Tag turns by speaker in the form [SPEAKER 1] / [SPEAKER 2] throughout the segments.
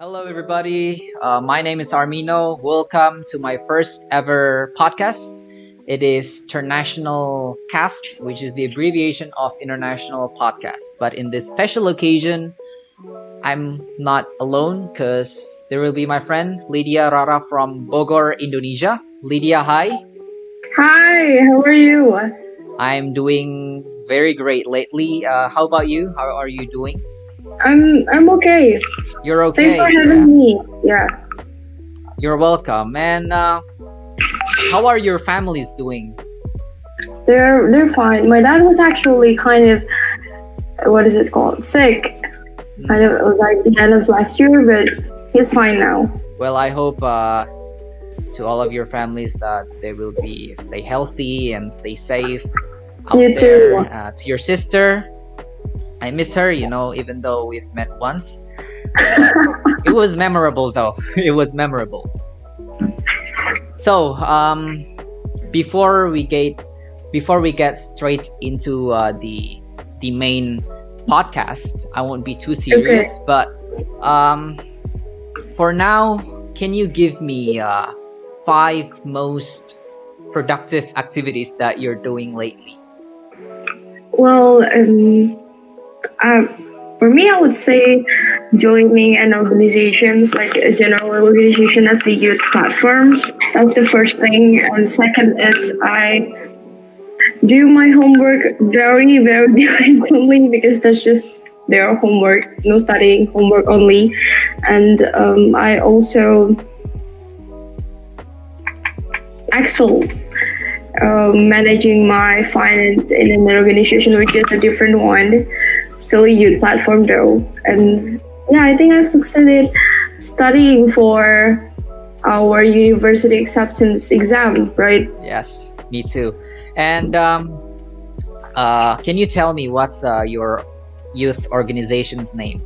[SPEAKER 1] Hello, everybody. Uh, my name is Armino. Welcome to my first ever podcast. It is International Cast, which is the abbreviation of International Podcast. But in this special occasion, I'm not alone because there will be my friend Lydia Rara from Bogor, Indonesia. Lydia, hi.
[SPEAKER 2] Hi, how are you?
[SPEAKER 1] I'm doing very great lately. Uh, how about you? How are you doing?
[SPEAKER 2] I'm I'm okay.
[SPEAKER 1] You're okay.
[SPEAKER 2] Thanks for
[SPEAKER 1] yeah?
[SPEAKER 2] having me. Yeah.
[SPEAKER 1] You're welcome. And uh, how are your families doing?
[SPEAKER 2] They're they're fine. My dad was actually kind of what is it called? Sick. Kind of like the end of last year, but he's fine now.
[SPEAKER 1] Well, I hope uh, to all of your families that they will be stay healthy and stay safe. Out
[SPEAKER 2] You
[SPEAKER 1] there.
[SPEAKER 2] too.
[SPEAKER 1] Uh, to your sister, I miss her. You know, even though we've met once, Uh, it was memorable though. it was memorable. So, um, before we get before we get straight into uh, the the main podcast, I won't be too serious, but um, for now, can you give me uh, five most productive activities that you're doing lately?
[SPEAKER 2] Well, um, uh, for me, I would say joining an organizations like a general organization as the youth platform. That's the first thing, and second is I do my homework very, very diligently because that's just their homework, no studying, homework only. And um, I also excel um, managing my finance in an organization which is a different one still a youth platform though and yeah i think i've succeeded studying for our university acceptance exam right
[SPEAKER 1] Yes, me too. And um, uh, can you tell me what's uh, your youth organization's name?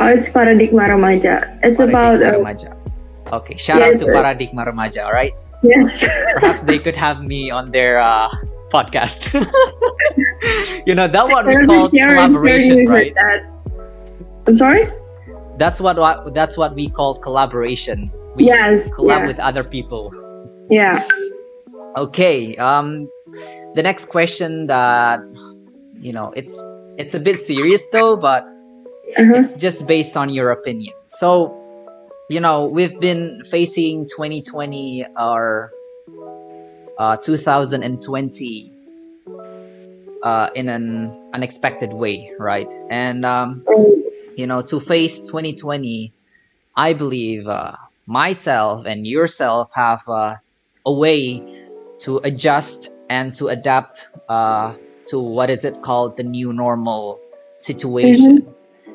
[SPEAKER 2] uh, it's paradigma ramaja it's about
[SPEAKER 1] Paradigma
[SPEAKER 2] uh,
[SPEAKER 1] Remaja. Okay, shout out
[SPEAKER 2] Yes,
[SPEAKER 1] to
[SPEAKER 2] uh,
[SPEAKER 1] Paradigma Remaja, all right?
[SPEAKER 2] yes
[SPEAKER 1] Perhaps they could have me on their uh, podcast. you know, that what we
[SPEAKER 2] Apparently
[SPEAKER 1] call
[SPEAKER 2] Sharon- Sharon
[SPEAKER 1] collaboration,
[SPEAKER 2] uses
[SPEAKER 1] right?
[SPEAKER 2] that. i'm sorry
[SPEAKER 1] That's what, what that's what we call collaboration. We
[SPEAKER 2] yes
[SPEAKER 1] collab
[SPEAKER 2] yeah,
[SPEAKER 1] with other people.
[SPEAKER 2] yeah
[SPEAKER 1] Okay. Um, the next question that you know it's it's a bit serious though, but
[SPEAKER 2] uh-huh.
[SPEAKER 1] it's just based on your opinion. So, you know, we've been facing 2020 or uh, 2020 uh, in an unexpected way, right? And um,
[SPEAKER 2] Um,
[SPEAKER 1] you know, to face 2020, I believe uh, myself and yourself have uh, a way to adjust and to adapt uh, to what is it called the new normal situation.
[SPEAKER 2] Mm-hmm.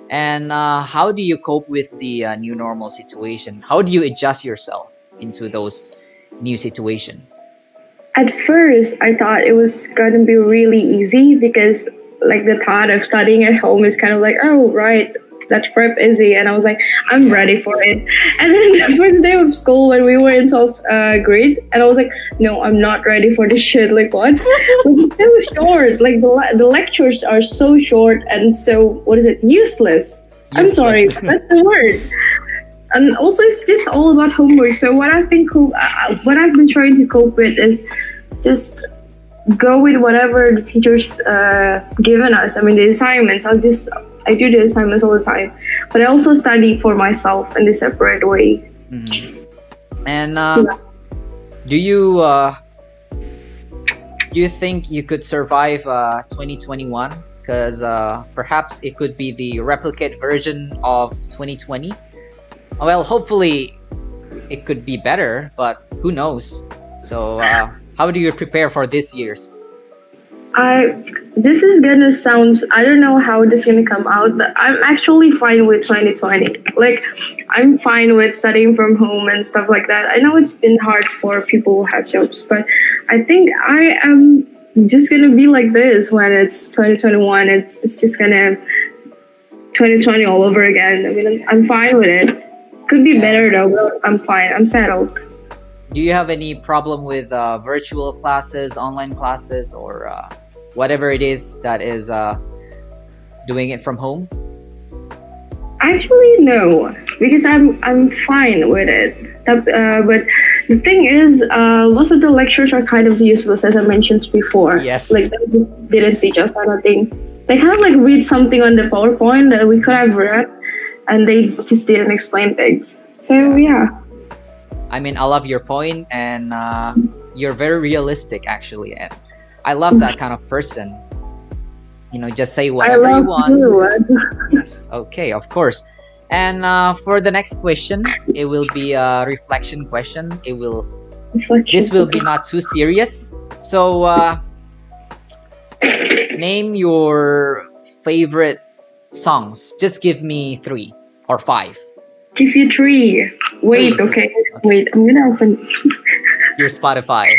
[SPEAKER 1] And uh, how do you cope with the uh, new normal situation? How do you adjust yourself into those new situation?
[SPEAKER 2] at first i thought it was going to be really easy because like the thought of studying at home is kind of like oh right that's prep easy and i was like i'm ready for it and then the first day of school when we were in 12th uh, grade and i was like no i'm not ready for this shit like what But it's so short like the, le- the lectures are so short and so what is it useless I'm sorry, but
[SPEAKER 1] Useless.
[SPEAKER 2] that's the word. And Um, also, it's just all about homework. So what I've been cope, uh, what I've been trying to cope with is just go with whatever the teachers uh, given us. I mean, the assignments. I'll just I do the assignments all the time, but I also study for myself in a separate way.
[SPEAKER 1] Mhm. And uh, do you uh, do you think you could survive uh, 2021? Because uh, perhaps it could be the replicate version of 2020. Well, hopefully, it could be better, but who knows? So, uh, how do you prepare for this year's?
[SPEAKER 2] I this is gonna sound I don't know how this is gonna come out, but I'm actually fine with 2020. Like I'm fine with studying from home and stuff like that. I know it's been hard for people who have jobs, but I think I am just gonna be like this when it's 2021. It's it's just gonna 2020 all over again. I mean, I'm, I'm fine with it. Could be better though, but I'm fine. I'm settled.
[SPEAKER 1] Do you have any problem with uh, virtual classes, online classes, or uh, whatever it is that is uh, doing it from home?
[SPEAKER 2] Actually, no. because I'm I'm fine with it. That- uh, but the thing is, uh, most of the lectures are kind of useless, as I mentioned before.
[SPEAKER 1] Yes.
[SPEAKER 2] Like they didn't teach us anything. They kind of like read something on the PowerPoint that we could have read, and they just didn't explain things. So yeah.
[SPEAKER 1] I mean, I love your point, and uh, you're very realistic, actually. And I love that kind of person. You know, just say whatever
[SPEAKER 2] I
[SPEAKER 1] you
[SPEAKER 2] love uh,
[SPEAKER 1] want.
[SPEAKER 2] you.
[SPEAKER 1] Yes, okay, of course. And uh, for the next question, it will be a reflection question. It will. This will be not too serious. So, uh, name your favorite songs. Just give me three or five.
[SPEAKER 2] Give you three. Wait,
[SPEAKER 1] Three.
[SPEAKER 2] okay. Wait, I'm gonna open.
[SPEAKER 1] Your Spotify.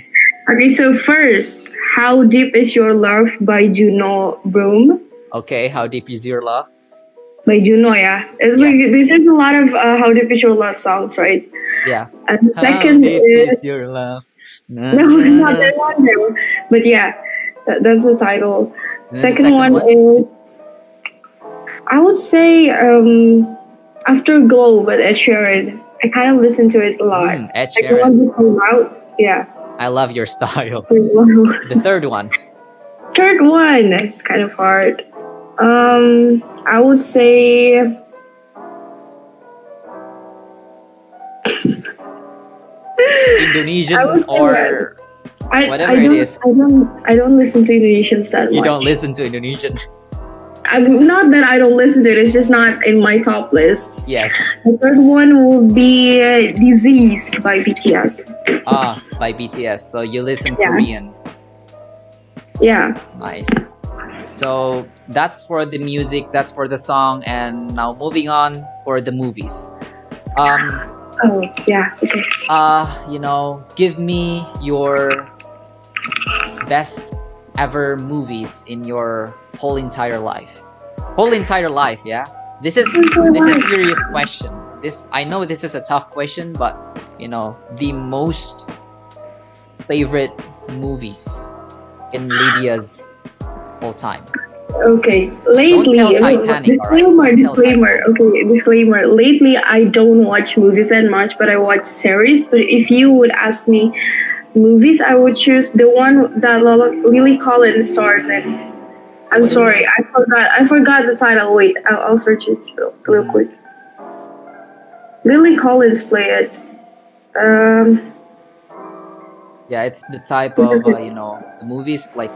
[SPEAKER 2] Okay, so first, How Deep Is Your Love by Juno Broom.
[SPEAKER 1] Okay, how deep is your love?
[SPEAKER 2] By Juno, yeah. It's like,
[SPEAKER 1] Yes.
[SPEAKER 2] this is a lot of uh, How Deep Is Your Love songs, right?
[SPEAKER 1] Yeah.
[SPEAKER 2] And
[SPEAKER 1] how
[SPEAKER 2] second
[SPEAKER 1] deep
[SPEAKER 2] is.
[SPEAKER 1] is your love?
[SPEAKER 2] No, not that one, no. But yeah, tha- that's the title. Second, one, is. I would say um, Afterglow by Ed Sheeran. I kind of listen to it a lot.
[SPEAKER 1] Mm, Ed
[SPEAKER 2] Like the
[SPEAKER 1] Sheeran.
[SPEAKER 2] one that came out. Yeah.
[SPEAKER 1] I love your style.
[SPEAKER 2] Afterglow.
[SPEAKER 1] The third one.
[SPEAKER 2] Third one is kind of hard. Um, I would say. I
[SPEAKER 1] Indonesian
[SPEAKER 2] would say
[SPEAKER 1] or
[SPEAKER 2] I,
[SPEAKER 1] Whatever
[SPEAKER 2] I
[SPEAKER 1] it
[SPEAKER 2] don't,
[SPEAKER 1] is.
[SPEAKER 2] I don't. I don't listen to Indonesians that
[SPEAKER 1] you
[SPEAKER 2] much.
[SPEAKER 1] don't listen to Indonesian.
[SPEAKER 2] I'm, not that I don't listen to it. It's just not in my top list.
[SPEAKER 1] Yes.
[SPEAKER 2] The third one will be uh, "Disease" by BTS.
[SPEAKER 1] Ah, by BTS. So you listen
[SPEAKER 2] Yeah.
[SPEAKER 1] Korean.
[SPEAKER 2] Yeah.
[SPEAKER 1] Nice. So that's for the music, that's for the song, and now moving on for the movies. Um
[SPEAKER 2] Oh yeah. Okay.
[SPEAKER 1] uh, you know, give me your best ever movies in your whole entire life. Whole entire life, yeah? This is this is serious question this i know this is a tough question but you know the most favorite movies in lydia's whole time
[SPEAKER 2] Okay. Lately,
[SPEAKER 1] tell
[SPEAKER 2] no,
[SPEAKER 1] Titanic,
[SPEAKER 2] disclaimer,
[SPEAKER 1] alright? Don't tell
[SPEAKER 2] disclaimer. Okay, disclaimer. Lately, I don't watch movies that much, but I watch series. But if you would ask me movies, I would choose the one that Lala, Lily Collins stars in. I'm
[SPEAKER 1] What is
[SPEAKER 2] sorry, I forgot. I forgot the title. Wait, I'll, I'll search it real, real
[SPEAKER 1] Mhm.
[SPEAKER 2] quick. Lily Collins played. Um,
[SPEAKER 1] yeah it's the type of uh, you know the movies like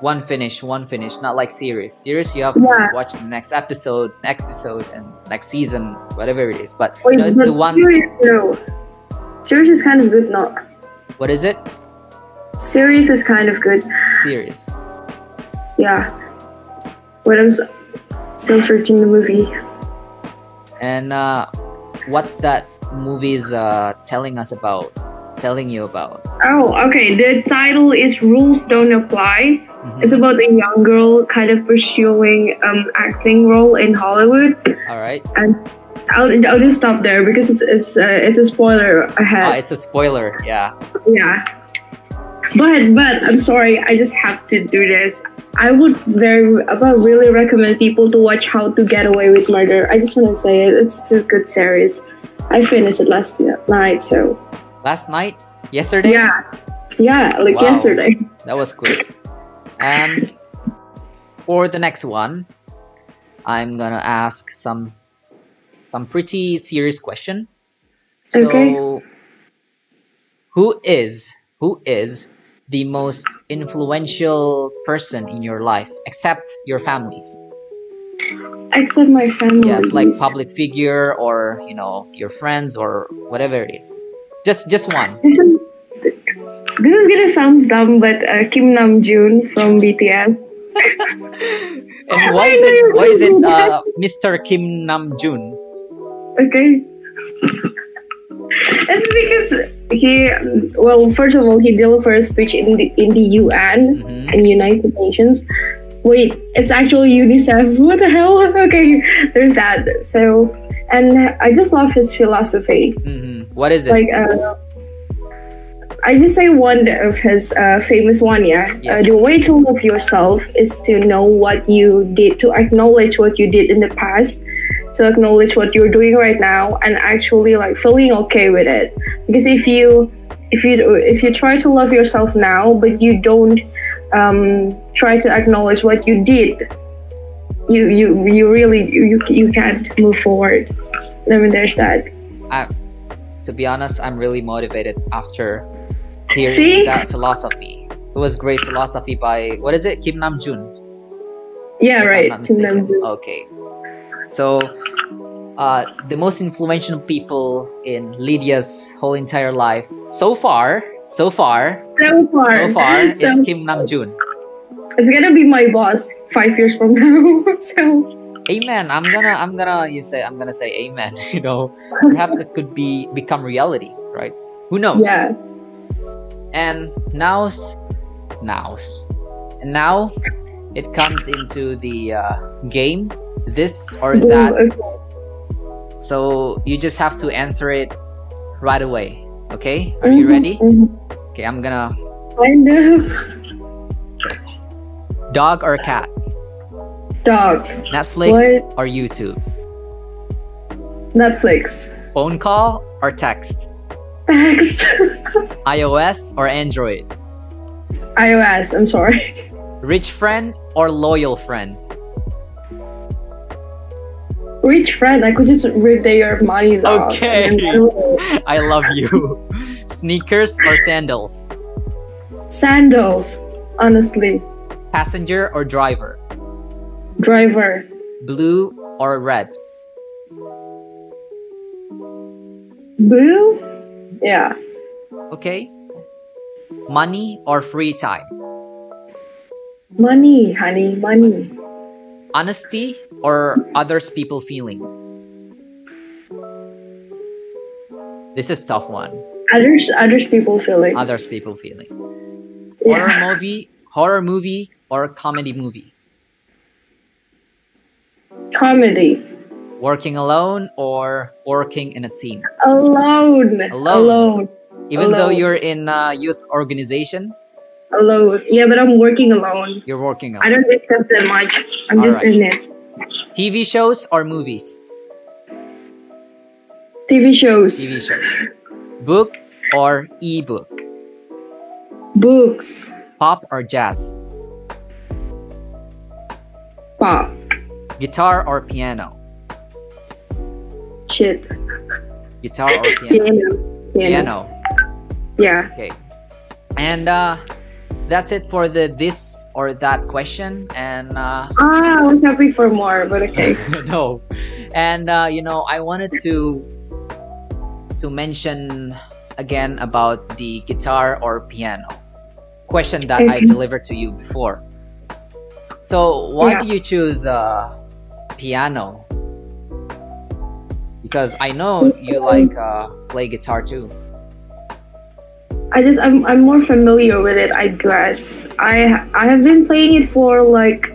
[SPEAKER 1] one finish one finish not like series series you have
[SPEAKER 2] Yeah.
[SPEAKER 1] to watch the next episode next episode and next season whatever it is but
[SPEAKER 2] wait,
[SPEAKER 1] no, it's
[SPEAKER 2] but
[SPEAKER 1] the one
[SPEAKER 2] series, no. Series is kind of good. No,
[SPEAKER 1] what is it
[SPEAKER 2] series is kind of good.
[SPEAKER 1] series
[SPEAKER 2] Yeah. Wait, I'm s- still searching the movie.
[SPEAKER 1] And uh, what's that movie's uh, telling us about? Telling you about?
[SPEAKER 2] Oh, okay. The title is Rules Don't Apply.
[SPEAKER 1] Mhm.
[SPEAKER 2] It's about a young girl kind of pursuing um acting role in Hollywood.
[SPEAKER 1] All right.
[SPEAKER 2] I'll, I'll just stop there because it's it's uh, it's a spoiler
[SPEAKER 1] Ah,
[SPEAKER 2] ahead.
[SPEAKER 1] it's a spoiler. Yeah.
[SPEAKER 2] yeah. But but I'm sorry, I just have to do this. I would very about really recommend people to watch How to Get Away with Murder. I just want to say it. It's a good series. I finished it last night, so
[SPEAKER 1] Last night, yesterday.
[SPEAKER 2] Yeah, yeah, like
[SPEAKER 1] Wow.
[SPEAKER 2] yesterday.
[SPEAKER 1] That was quick. And for the next one, I'm gonna ask some some pretty serious question. So,
[SPEAKER 2] Okay.
[SPEAKER 1] who is who is the most influential person in your life, except your families?
[SPEAKER 2] Except my family.
[SPEAKER 1] yes like public figure or you know your friends or whatever it is just just one
[SPEAKER 2] This is, this is gonna sound dumb, but uh, Kim Nam Jun from BTS.
[SPEAKER 1] and why is it why is it uh, mr kim nam jun
[SPEAKER 2] Okay. It's because he, well, first of all, he delivered a speech in the in the UN
[SPEAKER 1] hmm
[SPEAKER 2] and United Nations. Wait, it's actually UNICEF. What the hell? Okay, there's that. So, and I just love his philosophy.
[SPEAKER 1] hmm what is it
[SPEAKER 2] like uh, I just say one of his uh, famous one, yeah.
[SPEAKER 1] Yes.
[SPEAKER 2] Uh, the way to love yourself is to know what you did, to acknowledge what you did in the past, to acknowledge what you're doing right now and actually like feeling okay with it because if you if you if you try to love yourself now but you don't um, try to acknowledge what you did you you you really you you can't move forward i mean there's that
[SPEAKER 1] I, to be honest i'm really motivated after hearing
[SPEAKER 2] See?
[SPEAKER 1] that philosophy it was great philosophy by what is it kim nam jun if
[SPEAKER 2] yeah
[SPEAKER 1] I'm
[SPEAKER 2] right
[SPEAKER 1] not mistaken. Okay. So, uh, the most influential people in Lydia's whole entire life so far, so far,
[SPEAKER 2] so far
[SPEAKER 1] so far
[SPEAKER 2] so
[SPEAKER 1] is Kim Namjoon.
[SPEAKER 2] it's gonna be my boss five years from now so
[SPEAKER 1] Amen. I'm gonna, I'm gonna, you say, I'm gonna say amen. You know, perhaps it could be become reality, right? Who knows?
[SPEAKER 2] yeah
[SPEAKER 1] And now's, now's, and now it comes into the uh, game, this or
[SPEAKER 2] Ooh,
[SPEAKER 1] that.
[SPEAKER 2] okay.
[SPEAKER 1] So you just have to answer it right away. Okay? Are you
[SPEAKER 2] Mhm,
[SPEAKER 1] ready?
[SPEAKER 2] mhm.
[SPEAKER 1] Okay, I'm gonna
[SPEAKER 2] i know
[SPEAKER 1] dog or cat?
[SPEAKER 2] dog
[SPEAKER 1] Netflix
[SPEAKER 2] What?
[SPEAKER 1] or YouTube?
[SPEAKER 2] netflix
[SPEAKER 1] Phone call or text?
[SPEAKER 2] text
[SPEAKER 1] iOS or Android?
[SPEAKER 2] ios i'm sorry
[SPEAKER 1] Rich friend or loyal friend?
[SPEAKER 2] rich friend i could just rip their money off
[SPEAKER 1] Okay.
[SPEAKER 2] and then I will-
[SPEAKER 1] I love you. Sneakers or sandals?
[SPEAKER 2] sandals honestly
[SPEAKER 1] Passenger or driver?
[SPEAKER 2] driver
[SPEAKER 1] Blue or red?
[SPEAKER 2] boo yeah
[SPEAKER 1] Okay? Money or free time?
[SPEAKER 2] money honey money
[SPEAKER 1] Honesty or others people feeling? This is tough one.
[SPEAKER 2] others others people feelings
[SPEAKER 1] Others people feeling.
[SPEAKER 2] yeah
[SPEAKER 1] Horror movie, horror movie or comedy movie?
[SPEAKER 2] comedy
[SPEAKER 1] Working alone or working in a team?
[SPEAKER 2] alone
[SPEAKER 1] Alone.
[SPEAKER 2] alone
[SPEAKER 1] Even though
[SPEAKER 2] Alone.
[SPEAKER 1] you're in a youth organization,
[SPEAKER 2] alone yeah but i'm working alone
[SPEAKER 1] you're working
[SPEAKER 2] i
[SPEAKER 1] alone.
[SPEAKER 2] don't discuss that much
[SPEAKER 1] All
[SPEAKER 2] i'm just
[SPEAKER 1] right.
[SPEAKER 2] in it
[SPEAKER 1] TV shows or movies?
[SPEAKER 2] tv shows
[SPEAKER 1] TV shows. Book or ebook?
[SPEAKER 2] books
[SPEAKER 1] Pop or jazz?
[SPEAKER 2] pop
[SPEAKER 1] Guitar or piano?
[SPEAKER 2] shit
[SPEAKER 1] Guitar or piano?
[SPEAKER 2] piano piano
[SPEAKER 1] Piano.
[SPEAKER 2] yeah
[SPEAKER 1] Okay. And uh, that's it for the this or that question. And uh,
[SPEAKER 2] ah i was happy for more but okay
[SPEAKER 1] no, and uh, you know, I wanted to to mention again about the guitar or piano question that I
[SPEAKER 2] Okay.
[SPEAKER 1] delivered to you before. So, why
[SPEAKER 2] Yeah.
[SPEAKER 1] do you choose uh, piano? Because I know you like uh, play guitar too.
[SPEAKER 2] I just I'm, I'm more familiar with it, I guess. I I have been playing it for like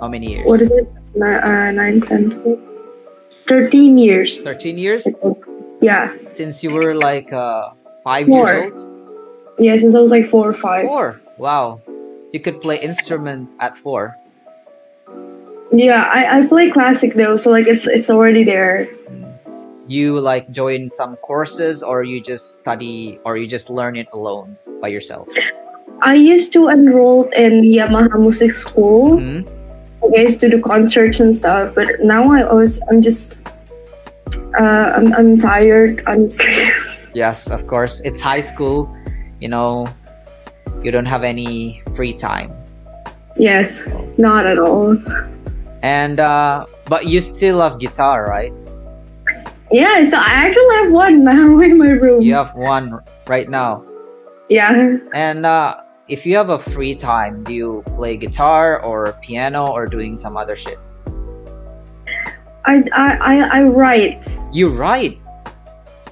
[SPEAKER 1] How many years?
[SPEAKER 2] what is it? Nine, uh, 9 10 12, 13 years.
[SPEAKER 1] Thirteen years.
[SPEAKER 2] Yeah.
[SPEAKER 1] since you were like uh, five
[SPEAKER 2] Four.
[SPEAKER 1] years old?
[SPEAKER 2] Yeah, since I was like 4 or 5.
[SPEAKER 1] Four. Wow. You could play instruments at four.
[SPEAKER 2] Yeah, I, I play classic though, so like it's it's already there.
[SPEAKER 1] You like join some courses or you just study or you just learn it alone by yourself.
[SPEAKER 2] I used to enroll in Yamaha Music School.
[SPEAKER 1] Hmm?
[SPEAKER 2] I used to do concerts and stuff, but now I always I'm just uh I'm, I'm tired, honestly.
[SPEAKER 1] Yes, of course. It's high school, you know, you don't have any free time.
[SPEAKER 2] yes, not at all.
[SPEAKER 1] And uh but you still love guitar, right?
[SPEAKER 2] Yeah, so I actually have one now in my room.
[SPEAKER 1] You have one right now.
[SPEAKER 2] Yeah.
[SPEAKER 1] And uh if you have a free time, do you play guitar or piano or doing some other shit?
[SPEAKER 2] I, I, I, I write
[SPEAKER 1] You write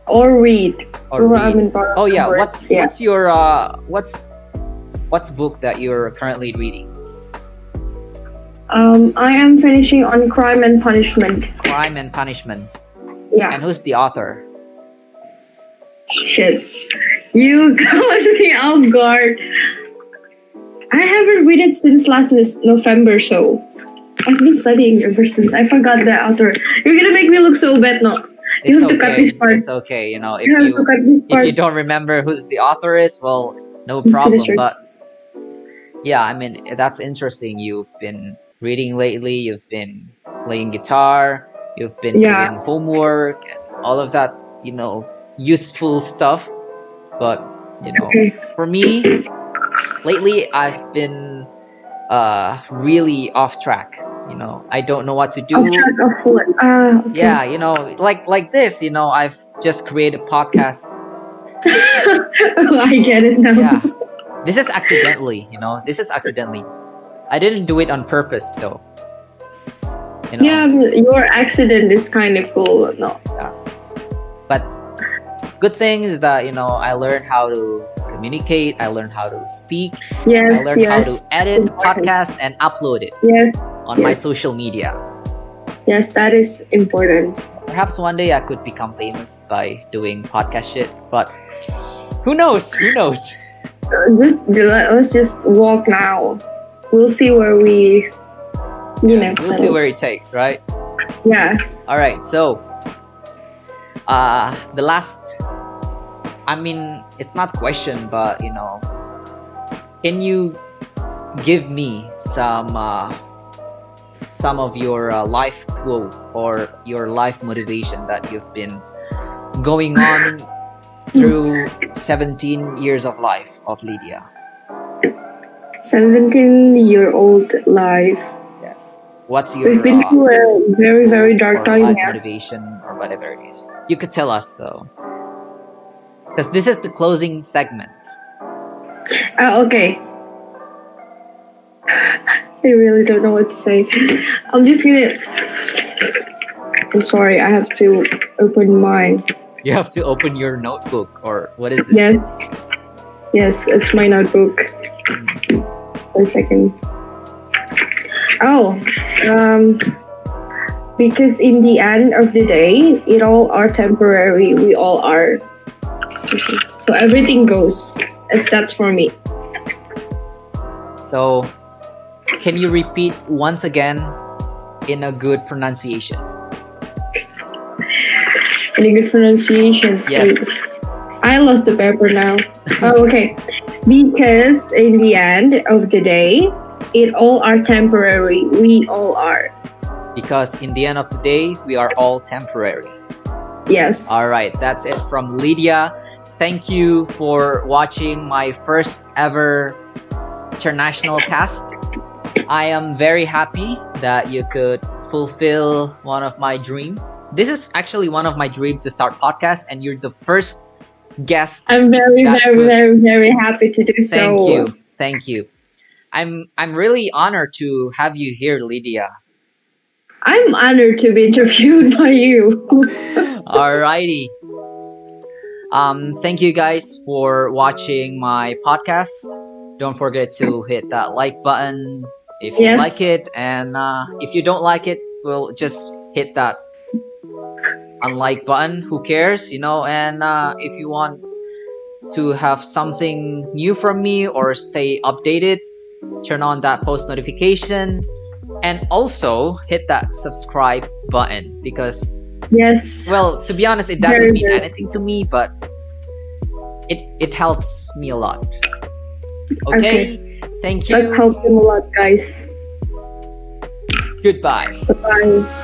[SPEAKER 2] or read.
[SPEAKER 1] or
[SPEAKER 2] Well, I'm
[SPEAKER 1] read?
[SPEAKER 2] in part-
[SPEAKER 1] Oh yeah,
[SPEAKER 2] words,
[SPEAKER 1] what's
[SPEAKER 2] yeah.
[SPEAKER 1] what's your uh what's what's book that you're currently reading?
[SPEAKER 2] Um, I am finishing on crime and punishment.
[SPEAKER 1] Crime and Punishment.
[SPEAKER 2] Yeah,
[SPEAKER 1] And who's the author?
[SPEAKER 2] shit. You caught me off guard. I haven't read it since last Nes- November, so I've been studying ever since. I forgot the author. You're gonna make me look so bad now. You
[SPEAKER 1] It's
[SPEAKER 2] have to cut
[SPEAKER 1] okay.
[SPEAKER 2] this part.
[SPEAKER 1] It's okay. You know, if
[SPEAKER 2] You have to
[SPEAKER 1] you
[SPEAKER 2] cut this
[SPEAKER 1] if
[SPEAKER 2] part.
[SPEAKER 1] you don't remember who's the author is, well, no
[SPEAKER 2] It's really
[SPEAKER 1] problem.
[SPEAKER 2] strange.
[SPEAKER 1] But yeah, I mean that's interesting. You've been reading lately. You've been playing guitar. You've been
[SPEAKER 2] Yeah.
[SPEAKER 1] doing homework and all of that. You know, useful stuff. But you know,
[SPEAKER 2] Okay.
[SPEAKER 1] for me, lately I've been uh really off track. You know, I don't know what to do
[SPEAKER 2] Off track of what? Ah, okay.
[SPEAKER 1] yeah you know like like this you know i've just created a podcast
[SPEAKER 2] oh, I get it now.
[SPEAKER 1] yeah this is accidentally you know this is accidentally i didn't do it on purpose though you know
[SPEAKER 2] Yeah, but your accident is kind of cool. No.
[SPEAKER 1] good thing is that you know i learned how to communicate i learned how to speak i
[SPEAKER 2] Yes,
[SPEAKER 1] learned
[SPEAKER 2] yes,
[SPEAKER 1] how to edit the
[SPEAKER 2] Important.
[SPEAKER 1] podcast and upload it
[SPEAKER 2] yes,
[SPEAKER 1] on my
[SPEAKER 2] Yes.
[SPEAKER 1] social media
[SPEAKER 2] yes. That is important.
[SPEAKER 1] perhaps one day i could become famous by doing podcast shit but who knows who knows
[SPEAKER 2] Uh, Just let- let's just walk now. We'll see where we, you know,
[SPEAKER 1] we'll see
[SPEAKER 2] settle.
[SPEAKER 1] where it takes right
[SPEAKER 2] yeah.
[SPEAKER 1] All right, so uh the last I mean it's not question but you know can you give me some uh some of your uh, life quote or your life motivation that you've been going on through 17 years of life of Lydia.
[SPEAKER 2] 17 year old life.
[SPEAKER 1] Yes. What's your
[SPEAKER 2] We've been
[SPEAKER 1] uh,
[SPEAKER 2] through a very, very dark
[SPEAKER 1] or
[SPEAKER 2] time
[SPEAKER 1] life
[SPEAKER 2] here.
[SPEAKER 1] motivation or whatever it is. You could tell us though, because this is the closing segment.
[SPEAKER 2] Uh, okay. I really don't know what to say. I'm just gonna. I'm sorry, I have to open mine.
[SPEAKER 1] You have to open your notebook or what is it?
[SPEAKER 2] Yes. Yes, it's my notebook. One second. Oh, um, because in the end of the day, it all are temporary. We all are. So everything goes. Uh, That's for me.
[SPEAKER 1] So, can you repeat once again in a good pronunciation?
[SPEAKER 2] Any good pronunciation? So-
[SPEAKER 1] Yes.
[SPEAKER 2] I lost the paper now. Oh, okay. Because in the end of the day, it all are temporary. We all are.
[SPEAKER 1] Because in the end of the day, we are all temporary.
[SPEAKER 2] Yes.
[SPEAKER 1] All right, that's it from Lydia. Thank you for watching my first ever international cast. I am very happy that you could fulfill one of my dream. This is actually one of my dream to start podcast and you're the first guest.
[SPEAKER 2] I'm very,
[SPEAKER 1] That
[SPEAKER 2] very,
[SPEAKER 1] good.
[SPEAKER 2] very, very happy to do so.
[SPEAKER 1] Thank you. Thank you. I'm I'm really honored to have you here, Lydia.
[SPEAKER 2] I'm honored to be interviewed by you.
[SPEAKER 1] Alrighty. Um, thank you guys for watching my podcast. Don't forget to hit that like button if you
[SPEAKER 2] Yes.
[SPEAKER 1] like it, and uh, if you don't like it, well, just hit that unlike button. Who cares, you know? And uh, if you want to have something new from me or stay updated, turn on that post notification, and also hit that subscribe button because
[SPEAKER 2] yes.
[SPEAKER 1] well, to be honest, it doesn't
[SPEAKER 2] Very
[SPEAKER 1] mean
[SPEAKER 2] good.
[SPEAKER 1] anything to me, but it it helps me a lot. Okay,
[SPEAKER 2] Okay.
[SPEAKER 1] thank
[SPEAKER 2] That
[SPEAKER 1] you.
[SPEAKER 2] helped them a lot, guys.
[SPEAKER 1] Goodbye.
[SPEAKER 2] Bye.